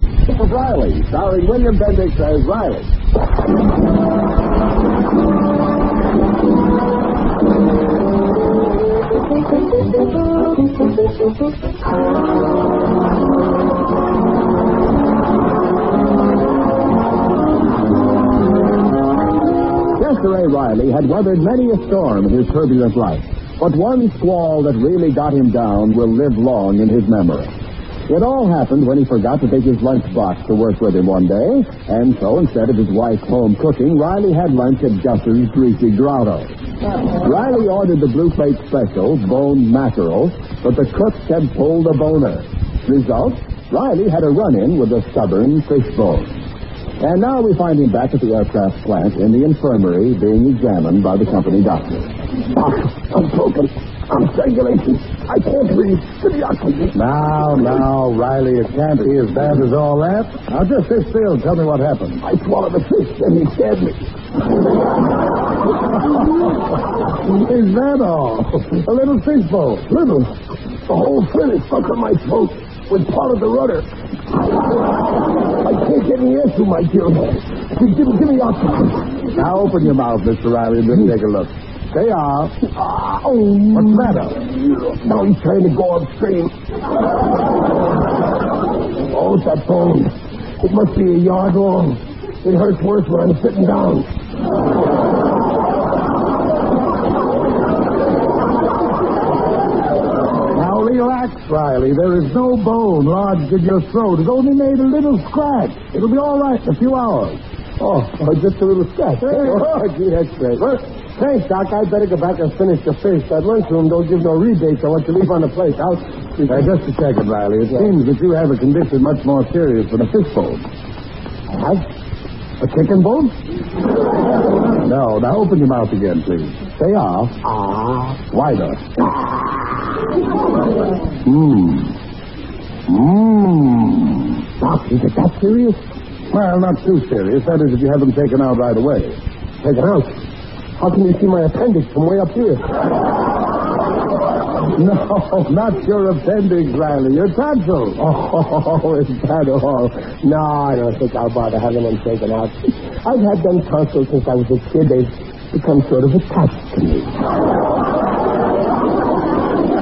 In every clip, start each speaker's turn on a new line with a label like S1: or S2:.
S1: Life of Riley, starring William Bendix as Riley. Mr. A. Riley had weathered many a storm in his turbulent life, but one squall that really got him down will live long in his memory. It all happened when he forgot to take his lunch box to work with him one day, and so instead of his wife's home cooking, Riley had lunch at Gus's Greasy Grotto. Riley ordered the blue plate special, boned mackerel, but the cooks had pulled a boner. Result, Riley had a run-in with a stubborn fishbone. And now we find him back at the aircraft plant in the infirmary being examined by the company doctor.
S2: Ah, I'm broken. I'm strangulated. I can't breathe. Give me oxygen.
S1: Now, now, Riley, it can't be as bad as all that. Now, just sit still and tell me what happened.
S2: I swallowed a fish and he stabbed me.
S1: Is that all? A little fish bowl.
S2: Little. The whole fin is stuck on my throat with part of the rudder. I can't get any air through my gill. Give, give, give me oxygen.
S1: Now, open your mouth, Mr. Riley, and let's take a look. They are.
S2: Ah, oh.
S1: What's the matter?
S2: Now he's trying to go upstream. Oh, it's that bone. It must be a yard long. It hurts worse when I'm sitting down.
S1: Now, relax, Riley. There is no bone lodged in your throat. It only made a little scratch. It'll be all right in a few hours.
S2: Oh, just a little scratch.
S1: Oh, gee, that's great.
S2: Well, Thanks, Doc. I'd better go back and finish the fish. That lunchroom don't give no rebates on what you leave on the plate. I'll...
S1: Now, Uh, just a second, Riley. It seems that you have a condition much more serious than a fish bone.
S2: What? A chicken bone?
S1: No, now open your mouth again, please. They are
S2: Ah.
S1: wider. Mmm. Mmm.
S2: Doc, is it that serious?
S1: Well, not too serious. That is, if you have them taken out right away.
S2: Take it out. How can you see my appendix from way up here?
S1: No, not your appendix, Riley. Your tonsils.
S2: Oh, is that all? No, I don't think I'll bother having them taken out. I've had them tonsils since I was a kid. They've become sort of attached to me.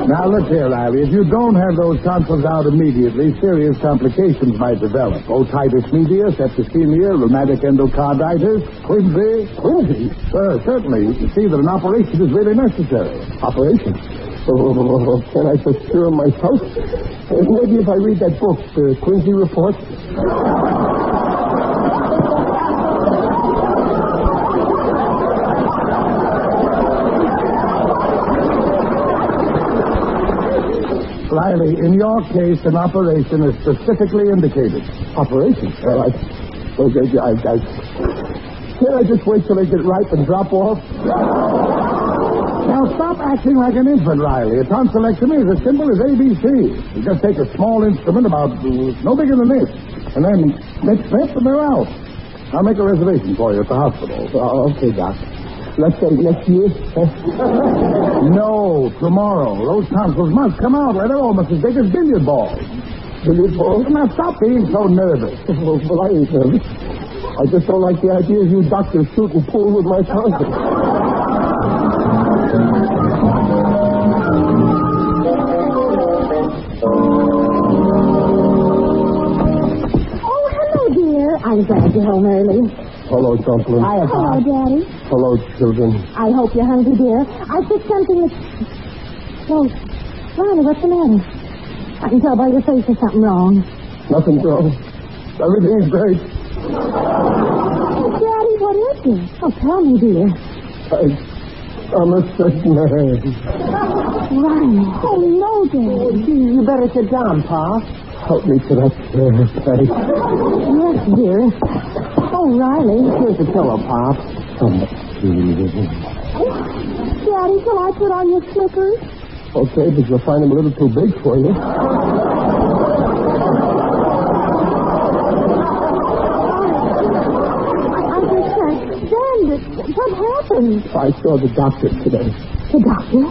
S1: Now, look here, Riley. If you don't have those tonsils out immediately, serious complications might develop. Otitis media, septicemia, rheumatic endocarditis, quinsy.
S2: Quincy?
S1: Sir, certainly, you can see that an operation is really necessary.
S2: Operation. Oh, can I just cure myself? Uh, Maybe if I read that book, the Quincy Report.
S1: Riley, in your case, an operation is specifically indicated.
S2: Operation? Well, I, okay, I, I, can I just wait till they get ripe and drop off?
S1: Now, stop acting like an infant, Riley. A tonsillectomy is as simple as ABC. You just take a small instrument about uh, no bigger than this, and then make step and they're out. I'll make a reservation for you at the hospital.
S2: Oh, okay, Doc. Let's say next year.
S1: No, tomorrow. Those tonsils must come out, or they're almost as big as billiard balls.
S2: Billiard balls?
S1: Now, stop being so nervous.
S2: Well, well, I ain't nervous. I just don't like the idea of you doctors shooting pool with my tonsils.
S3: Oh, hello, dear. I'm glad you're home early.
S2: Hello, Jocelyn.
S3: Hello, Daddy.
S2: Hello, children.
S3: I hope you're hungry, dear. I fixed something that's... Oh, Ronnie, what's the matter? I can tell by your face there's something wrong.
S2: Nothing's wrong. Everything's great.
S3: Daddy, what is it? Oh, tell me, dear.
S2: I, I'm a sick man.
S3: Ronnie. Oh, no, Daddy.
S4: You better sit down, Pa.
S2: Help me to that chair, Patty.
S3: Yes, dear. Oh, Riley.
S4: Here's the pillow, Pop.
S3: Daddy, shall I put on your slippers?
S2: Okay, but you'll find him a little too big for you.
S3: I, I just can't stand it. What happened?
S2: I saw the doctor today.
S3: The doctor?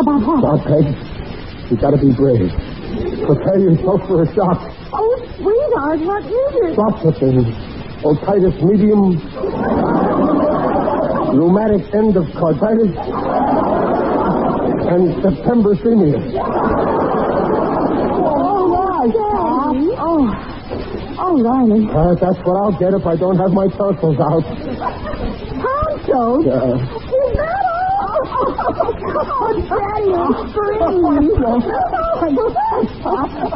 S3: About what?
S2: Now, Peg, you gotta be brave. Prepare yourself for a shock.
S3: Oh, Sweetheart, what is it?
S1: Lots of things. Otitis medium. Rheumatic end of carditis. And September senior.
S3: All right, Daddy. Oh. Oh, Riley.
S1: Uh, that's what I'll get if I don't have my tonsils out.
S3: Tonto?
S1: Uh,
S3: Is that all? Oh, Daddy, I'm screaming.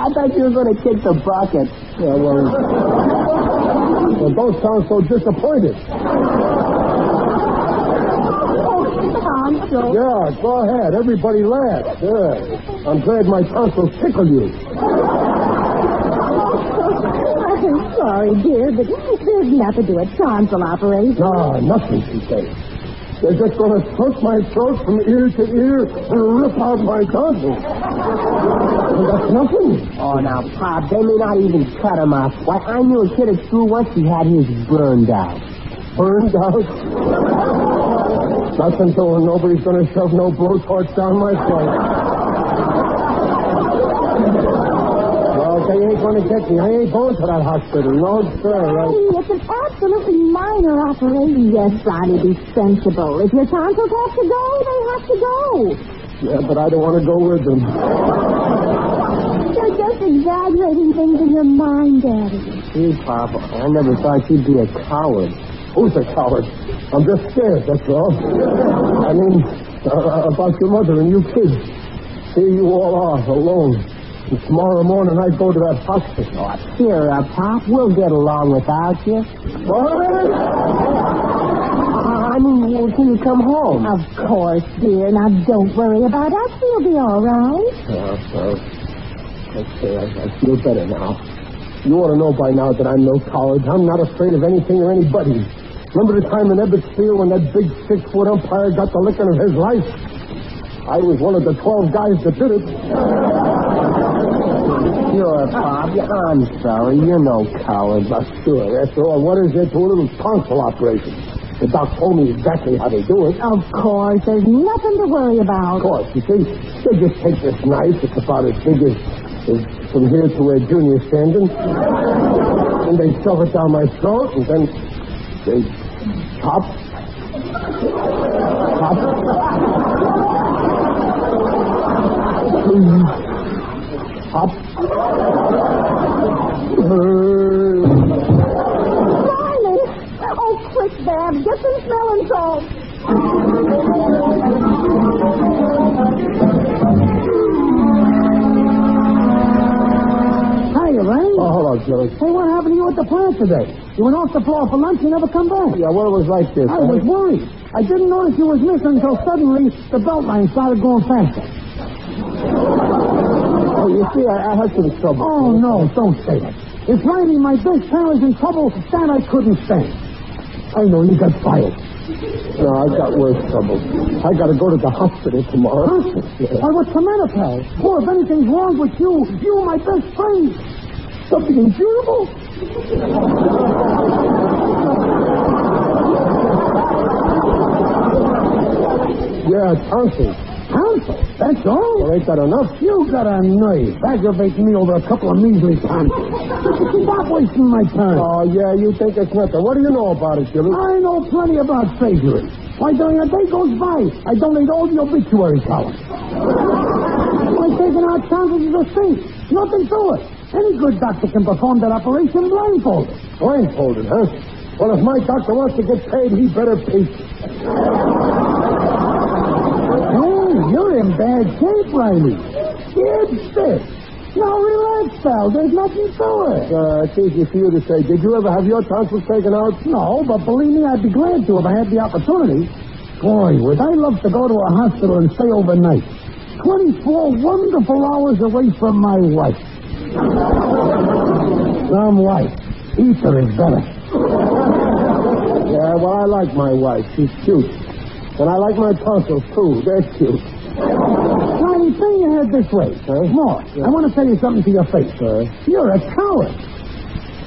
S4: I thought you were going to kick the bucket.
S1: yeah, well, well, don't sound so disappointed.
S3: Tonto.
S1: Yeah, go ahead. Everybody laugh. Yeah. I'm glad my tonsils tickle you.
S3: I'm sorry, dear, but there's nothing to a tonsil operation.
S1: Ah, nothing, she says. They're just going to slit my throat from ear to ear and rip out my tonsils. And that's nothing.
S4: Oh, now, Pop, they may not even cut him off. Why, I knew a kid at school once he had his burned out.
S1: Burned out. Nothing doing. Nobody's going to shove no blowtorch down my throat. well, they ain't going to get me. I ain't going to that hospital. No, sir.
S3: Daddy,
S1: I-
S3: it's an absolutely minor operation. Yes, Ronnie, be sensible. If your tonsils have to go, they have to go.
S1: Yeah, but I don't want to go with them.
S3: You're just exaggerating things in your mind, Daddy.
S4: Gee, Pop, I never thought you'd be a coward.
S1: Who's a coward? I'm just scared, that's all. I mean, uh, about your mother and you kids. Here you all are, alone. And tomorrow morning I go to that hospital. uh,
S4: Cheer up, Pop. We'll get along without you.
S1: What?
S4: I I mean, well, till you come home.
S3: Of course, dear. Now, don't worry about us. We'll be all right.
S1: Uh, uh, okay, I, I feel better now. You ought to know by now that I'm no coward. I'm not afraid of anything or anybody. Remember the time in Ebbets Field when that big six-foot umpire got the licking of his life? I was one of the 12 guys that did it.
S4: Sure, Pop. I'm sorry. You're no coward.
S1: Not sure. After all, what is it to a little tonsil operation? The doc told me exactly how they do it. Of
S3: Of course, there's nothing to worry about.
S1: course, you see, they just take this knife. It's about as big as, as from here to where Junior's standing. And they shove it down my throat, and then they chop. Chop. Chop. Uh,
S3: Riley! Oh, quick, Dad. Get some smelling salts.
S4: Hiya, Ray.
S1: Oh, hello, Joe.
S4: Hey, what happened to you at the plant today? You went off the floor for lunch and never come back.
S1: Yeah, well, it was like this.
S4: I was worried. I didn't notice you was missing until suddenly the belt line started going faster.
S1: Oh, you see, I, I had some trouble.
S4: Oh, no, don't say that. If Riley, my best pal, is in trouble, that I couldn't stand. I know you got fired.
S1: No, I've got worse trouble. I got to go to the hospital tomorrow.
S4: Why, what's the matter, pal? Well, if anything's wrong with you, you're my best friend.
S1: Something incurable? yeah, tonsils.
S4: Counsel, that's all?
S1: Well, ain't that enough?
S4: You got a nerve aggravating me over a couple of measly tonsils. Stop wasting my time.
S1: Oh, yeah, you think it's nothing. What do you know about it, Jimmy?
S4: I know plenty about surgery. Why, during a day goes by, I donate all the obituary columns. Why, taking out tonsils is a thing. Nothing to it. Any good doctor can perform that operation blindfolded.
S1: Oh, Blindfolded, huh? Well, if my doctor wants to get paid, he better pay.
S4: Hey, you're in bad shape, Riley. Dead sick. Now relax, pal. There's nothing to it.
S1: Uh, it's easy for you to say. Did you ever have your tonsils taken out?
S4: No, but believe me, I'd be glad to if I had the opportunity. Boy, would I love to go to a hospital and stay overnight. 24 wonderful hours away from my wife. Some wife. Ether is better.
S1: Yeah, well, I like my wife. She's cute. And I like my tonsils, too. They're cute.
S4: Riley, turn your head this way.
S1: Huh?
S4: More. I want to tell you something to your face.
S1: Huh?
S4: You're a coward.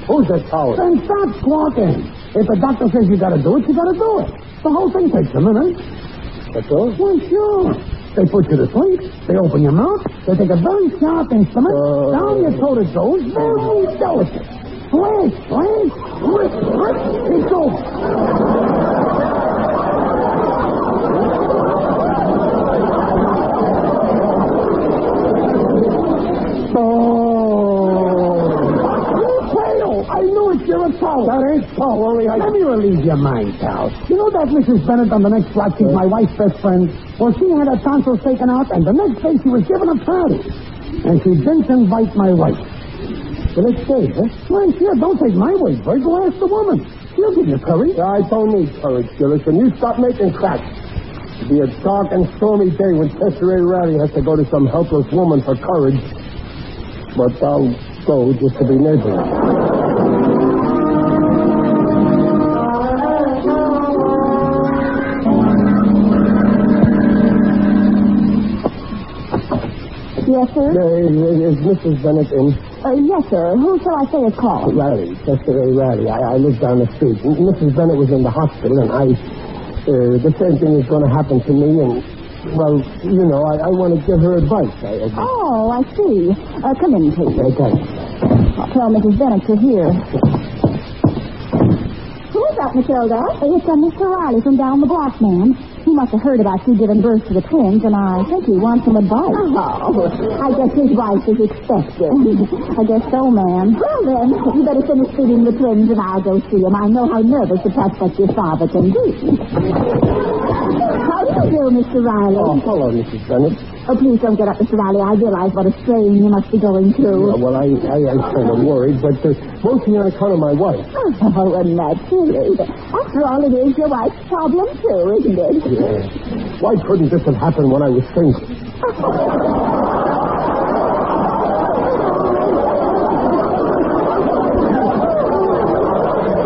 S1: Who's that coward?
S4: Then stop squawking. If the doctor says you gotta do it, you gotta do it. The whole thing takes a minute.
S1: That's all?
S4: Well, sure. They put you to sleep. They open your mouth. They take a very sharp instrument.
S1: Oh.
S4: down your throat it goes. Very delicate. Flash, flash, rip, rip. It's over. Oh, I knew it. You're a foul. That ain't foul, Ollie. I... Let me relieve your mind, pal. You know that Mrs. Bennett on the next block, she's my wife's best friend? Well, she had her tonsils taken out, and the next day she was given a party. And she didn't invite my wife. The next day, huh? Well, sure, don't take my word, Virgil. Ask the woman. She'll give you courage.
S1: I don't need courage, Gillis, and you stop making cracks. It'll be a dark and stormy day when Tesserae Riley has to go to some helpless woman for courage. But I'll go just to be neighborly.
S3: Yes, sir?
S1: Hey, is Mrs. Bennett in?
S3: Uh, yes, sir. Who shall I say is called?
S1: Riley, Chester A. Riley. I, I live down the street. M- Mrs. Bennett was in the hospital, and I. Uh, the same thing is going to happen to me, and, well, you know, I, I want to give her advice. I, I,
S3: Oh, I see. Uh, come in, please.
S1: I got
S3: I'll tell Mrs. Bennett you're here. Who is that, Matilda? It's uh, Mr. Riley from down the block, ma'am. He must have heard about you giving birth to the twins, and I think he wants some advice. Oh, I guess his wife is expected. I guess so, ma'am. Well, then, you better finish feeding the twins, and I'll go see him. I know how nervous the prospect your father can be. how do you do, Mr. Riley?
S1: Oh, hello, Mrs. Bennett.
S3: Oh, please don't get up, Mr. Riley. I realize what a strain you must be
S1: Uh,
S3: going through.
S1: well, I, I, I'm kind of worried, but uh, mostly on account of my wife.
S3: Oh, and naturally. After all, it is your wife's problem, too, isn't it?
S1: Uh, why couldn't this have happened when I was single?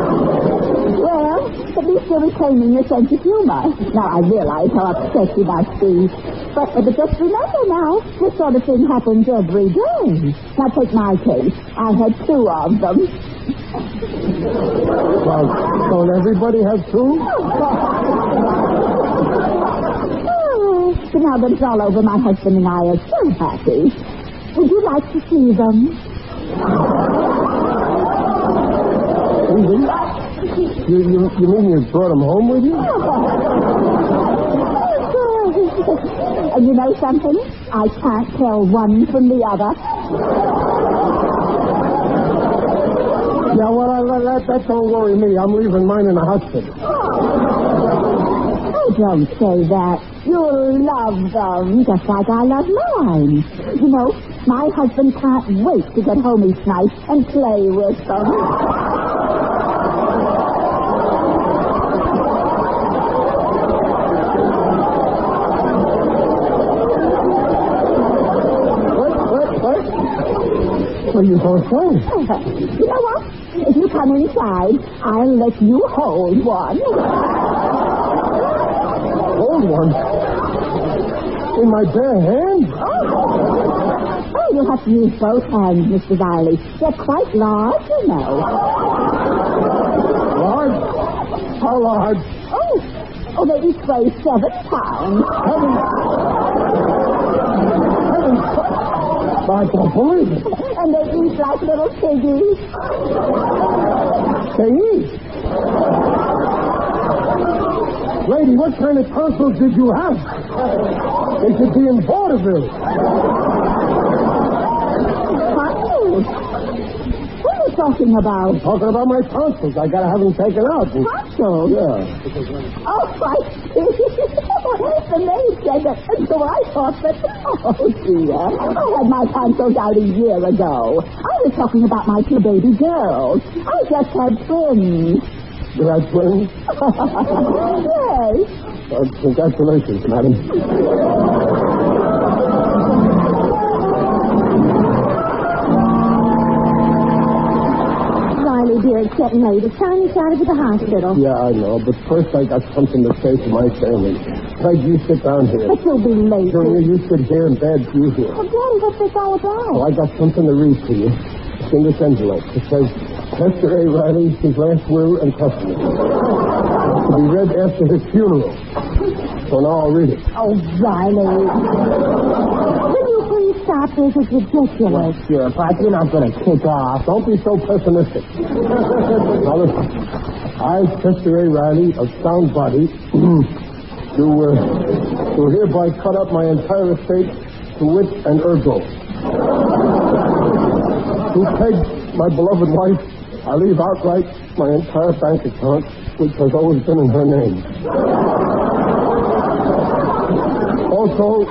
S3: Well, at least you're retaining your sense of humor. Now, I realize how upset you must be. But, but just remember now, this sort of thing happens every day. Now, take my case. I had two of them.
S1: Well, don't everybody have two?
S3: Oh, but now that it's all over, my husband and I are so happy. Would you like to see them?
S1: You, you, you mean you brought them home with you?
S3: and you know something? I can't tell one from the other.
S1: Yeah, well, I, that, that, that don't worry me. I'm leaving mine in the hospital.
S3: Oh, don't say that. You'll love them just like I love mine. You know, my husband can't wait to get home each night and play with them.
S1: What? What? What? What are you going to say?
S3: you know what? If you come inside, I'll let you hold one.
S1: Old one. In my bare hand?
S3: Oh, you'll have to use both hands, Mr. Riley. They're quite large, you know.
S1: Large? How large?
S3: Oh, oh, they each weigh seven pounds.
S1: Heaven. Heaven. I can't believe it.
S3: And they eat like little piggies.
S1: They eat. Lady, what kind of tonsils did you have? They should be in vaudeville.
S3: Tonsils. What are you talking about?
S1: Talking about my tonsils, I gotta have them taken out.
S3: Tonsils?
S1: Yeah.
S3: Oh, I see. the maid said that, and so I thought that, oh, dear. I had my tonsils out a year ago. I was talking about my two baby girls. I just had twins.
S1: Did I twin?
S3: yes.
S1: Uh, congratulations, madam.
S3: Riley, dear, it's getting late. It's time you started to the hospital.
S1: Yeah, I know, but first I got something to say to my family. Peg, you sit down here.
S3: But you'll be late.
S1: Junior, you sit here and Dad, you here.
S3: Oh, Daddy, what's this all about?
S1: Well, I got something to read to you. It's in this envelope. It says, Hester A. Riley, his last will and testament. To be read after his funeral. So now I'll read it.
S5: Oh, Riley. Will you please stop this? It's ridiculous.
S1: Sure, but you're not going to kick off. Don't be so pessimistic. now listen. I, Chester A. Riley of Sound Body, do, uh, do hereby cut up my entire estate to wit and ergo. to peg my beloved wife, I leave outright my entire bank account, which has always been in her name. also,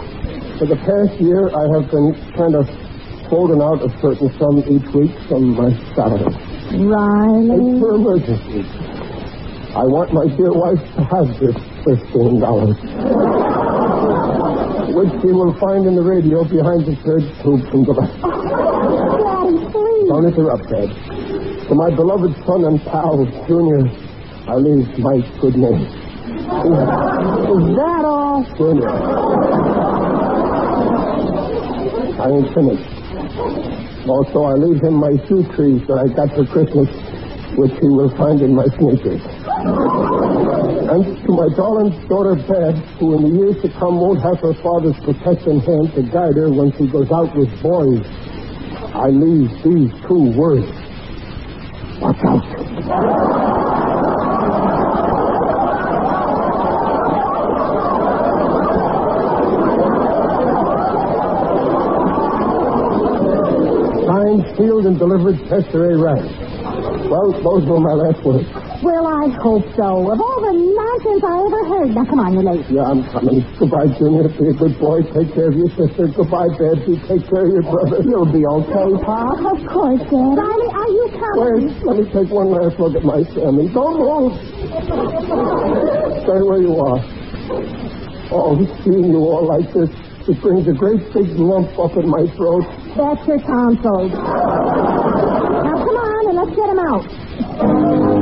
S1: for the past year, I have been kind of folding out a certain sum each week from my salary. It's
S5: Riley.
S1: for emergencies. I want my dear wife to have this fifteen dollars. Which she will find in the radio behind the church tube from the left.
S5: Daddy, please.
S1: Don't interrupt, Dad. To my beloved son and pal, Junior, I leave my good name. Is that all? Junior. I ain't finished. Also, I leave him my shoe trees that I got for Christmas, which he will find in my sneakers. And to my darling daughter, Beth, who in the years to come won't have her father's protecting hand to guide her when she goes out with boys, I leave these two words. Watch out. Signed, sealed, and delivered, Chester A. Rand. Well, those were my last words.
S5: Well, I hope so. Of all the nonsense I ever heard. Now, come on, you're late.
S1: Yeah, I'm coming. Goodbye, Junior. Be a good boy. Take care of your sister. Goodbye, Babsy. Take care of your brother. You'll be okay, Pop.
S5: Of course, Dad. Riley, are you coming?
S1: Wait, let me take one last look at my Sammy. Don't move. Stay where you are. Oh, seeing you all like this, it brings a great big lump up in my throat.
S5: That's your tonsils. now, come on and let's get him out.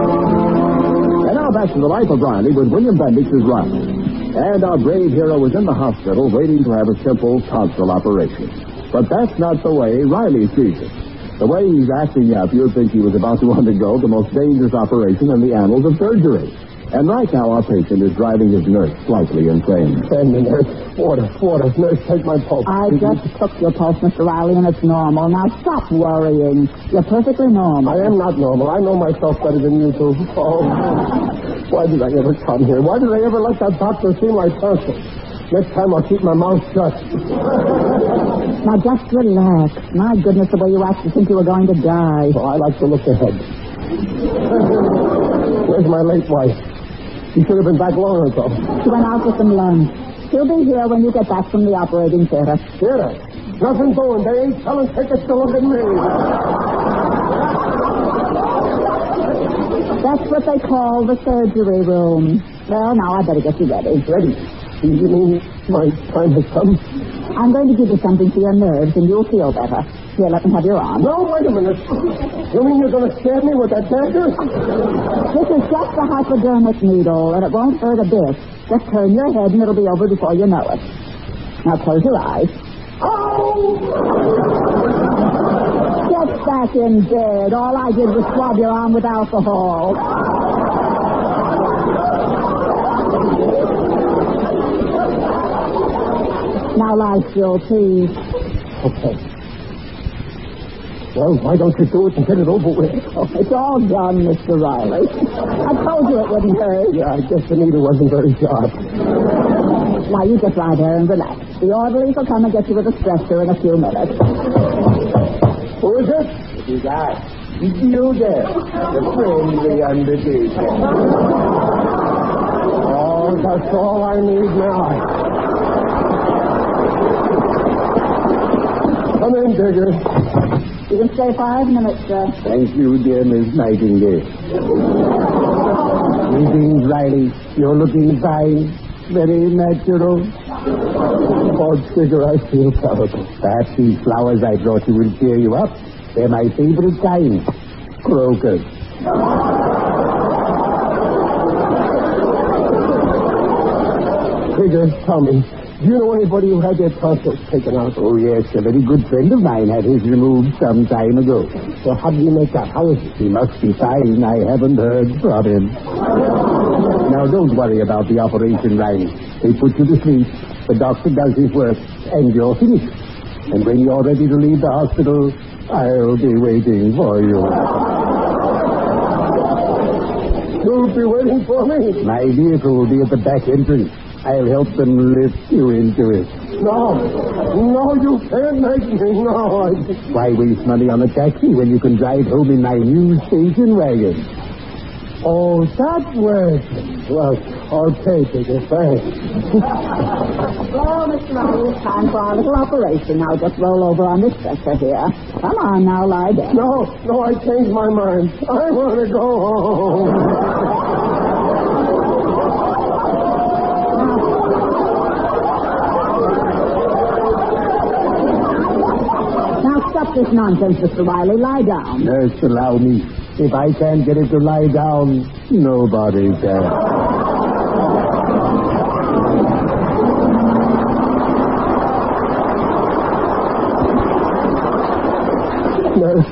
S6: And now back to the life of Riley with William Bendix as Riley. And our brave hero was in the hospital waiting to have a simple tonsil operation. But that's not the way Riley sees it. The way he's acting up, you'd think he was about to undergo the most dangerous operation in the annals of surgery. And right now, our patient is driving his nurse slightly insane.
S1: Sandy, nurse. Water, water. Nurse, take my pulse.
S3: I just took your pulse, Mr. Riley, and it's normal. Now stop worrying. You're perfectly normal.
S1: I am not normal. I know myself better than you do. Oh, why did I ever come here? Why did I ever let that doctor see my tonsils? Next time I'll keep my mouth shut.
S3: Now just relax. My goodness, the way you act, you think you were going to die.
S1: Well, I like to look ahead. Where's my late wife? She should have been back long ago.
S3: She went out with some lunch. She'll be here when you get back from the operating theater.
S1: Did I? Nothing doing. They ain't selling tickets to look at me.
S3: That's what they call the surgery room. Well, now I better get you ready.
S1: Ready? You mean my time has come?
S3: I'm going to give you something for your nerves, and you'll feel better. Here, let me have your arm.
S1: No, wait a minute. You mean you're going to stab me with that dagger?
S3: This is just a hypodermic needle, and it won't hurt a bit. Just turn your head, and it'll be over before you know it. Now close your eyes. Oh! Get back in bed. All I did was swab your arm with alcohol. Now lie still, please.
S1: Okay. Oh, Well, why don't you do it and get it over with?
S3: Oh, It's all done, Mr. Riley. I told you it wouldn't hurt.
S1: Yeah, I guess the needle wasn't very sharp.
S3: Now you just lie there and relax. The orderlies will come and get you with a stretcher in a few minutes.
S1: Who is it? It is I. You there. The friendly undertaker. Oh, that's all I need now. Come in, Digger.
S3: You can stay five minutes, sir.
S7: uh,
S6: Thank you, dear Miss Nightingale.
S1: Greetings, Riley. You're looking fine. Very natural. Oh, Digger, I feel terrible.
S6: Perhaps these flowers I brought you will cheer you up. They're my favorite kind. Crocus.
S1: Digger, tell me, Do you know anybody who had their tonsils taken out?
S4: Oh, yes, a very good friend of mine had his removed some time ago.
S1: So how do you make out? How is it?
S4: He must be fine. I haven't heard from him. now, don't worry about the operation, Riley. They put you to sleep. The doctor does his work, and you're finished. And when you're ready to leave the hospital, I'll be waiting for you.
S1: You'll be waiting for me?
S4: My vehicle will be at the back entrance. I'll help them lift you into it.
S1: No. No, you can't make me. No. I-
S4: Why waste money on a taxi when you can drive home in my new station wagon?
S1: Oh, that works. Well, okay, Peter, thanks.
S7: Oh, Mr. Riley, it's time for our little operation. Now just roll over on this stretcher here. Come on now, lie down.
S1: No, no, I changed my mind. I want to go home.
S7: Now stop this nonsense, Mr. Riley. Lie down.
S4: Nurse, allow me. If I can't get it to lie down, nobody can.
S1: Nurse,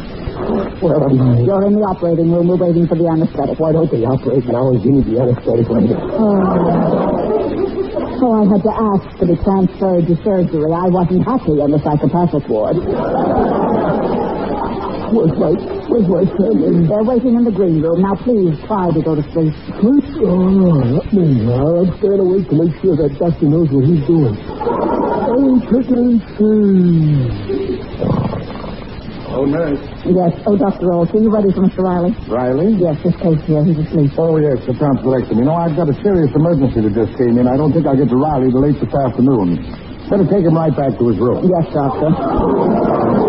S1: where am I?
S7: You're in the operating room. We're waiting for the anesthetic.
S1: Why don't they operate now and give me the anesthetic right now?
S7: So Oh. I had to ask to be transferred to surgery. I wasn't happy in the psychopathic ward.
S1: Where's my, where's my family?
S7: They're waiting in the green room. Now please try to go to sleep.
S8: Oh,
S1: What's going on? Help me. I'm staying awake to make sure that doctor knows what he's doing. Oh, chicken see.
S8: Oh, nurse.
S7: Yes. Oh, Dr. Olds, are you ready for Mr. Riley?
S8: Riley?
S7: Yes, this case here. He's asleep.
S8: Oh, yes, the tonsillectomy. You know, I've got a serious emergency that just came in. I don't think I'll get to Riley till late this afternoon. Better take him right back to his room.
S7: Yes, Doctor.
S1: Hey,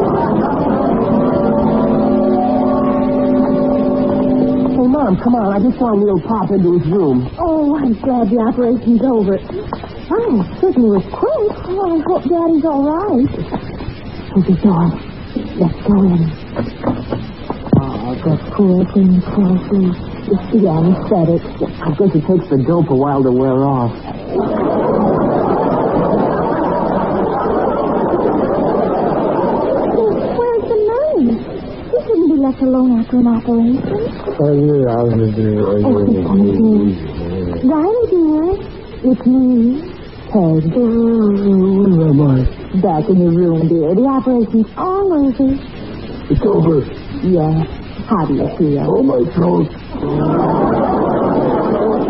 S1: Oh, Mom, come on. I just saw Neil pop into his room.
S3: Oh, I'm glad the operation's over. Oh, it certainly was quick. Oh, I hope Daddy's all right. Hold the door. Let's go in. Oh, that poor thing, Crosby. It's the anesthetic.
S1: I guess it takes the dope a while to wear off.
S3: Where's the nurse? She shouldn't be left alone after an operation.
S1: Oh, yeah, I was
S8: Oh,
S1: Mm-hmm.
S3: Riley, dear. It's me. Peg.
S1: Where am I?
S7: Back in your room, dear.
S3: The operation's all over.
S1: It's over.
S7: Yes. How do you feel?
S1: Oh, my throat.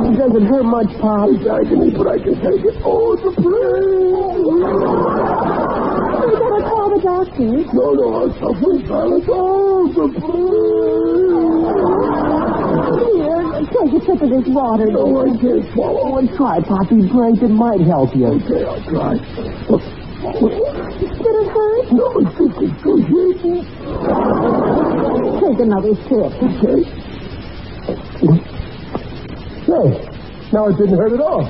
S1: It doesn't hurt much, Pop. It's agony, but I can take it. Oh, it's a pain.
S3: We better call the doctor.
S1: No, no, I'm suffering silence. Oh, it's a pain.
S3: Here, take a sip of this water.
S1: No, I can't swallow it.
S7: Try, Poppy. Break. It might help you.
S1: Okay, I'll try.
S3: Did it hurt?
S1: No, it's just excruciating.
S7: Take another sip.
S1: Okay. Hey, now it didn't hurt at all.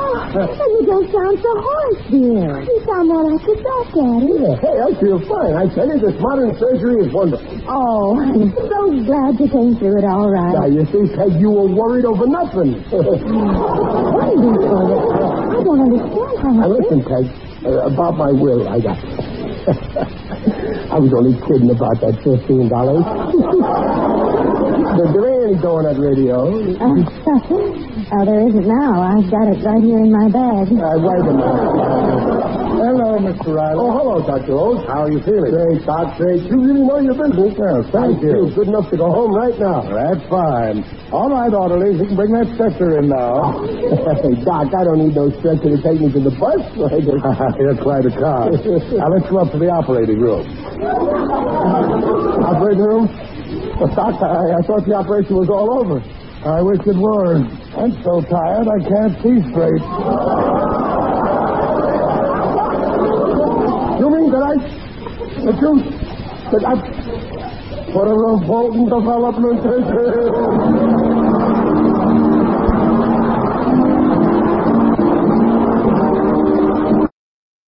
S3: Oh, well, you don't sound so harsh, dear. You sound more like yourself, Daddy.
S1: Yeah, hey, I feel fine. I tell you, this modern surgery is wonderful.
S3: Oh, I'm so glad you came through it all
S1: Now,
S3: right.
S1: you see, Peg, you were worried over nothing.
S3: What are you doing for this? I don't understand how
S1: Now,
S3: much
S1: listen, Peg, uh, about my will, I got I was only kidding about that $15. there, there ain't any donut radio.
S3: Uh, oh, there isn't now. I've got it right here in my bag.
S1: Uh, wait a minute.
S8: Hello, Mr. Riley.
S1: Oh, hello, Dr. Oates.
S8: How are you feeling?
S1: Great, Doc. Great. You really know your business.
S8: Well,
S1: I feel good enough to go home right now.
S8: That's fine. All right, orderlies, you can bring that stretcher in now.
S1: Doc, I don't need no stretcher to take me to the bus. I just-
S8: You're quite a car. now let's go up to the operating room.
S1: Operating room? Well, Doc, I, I thought the operation was all over.
S8: I wish it were. I'm so tired I can't see straight.
S1: You mean that I... That you... That I... For a revolting development.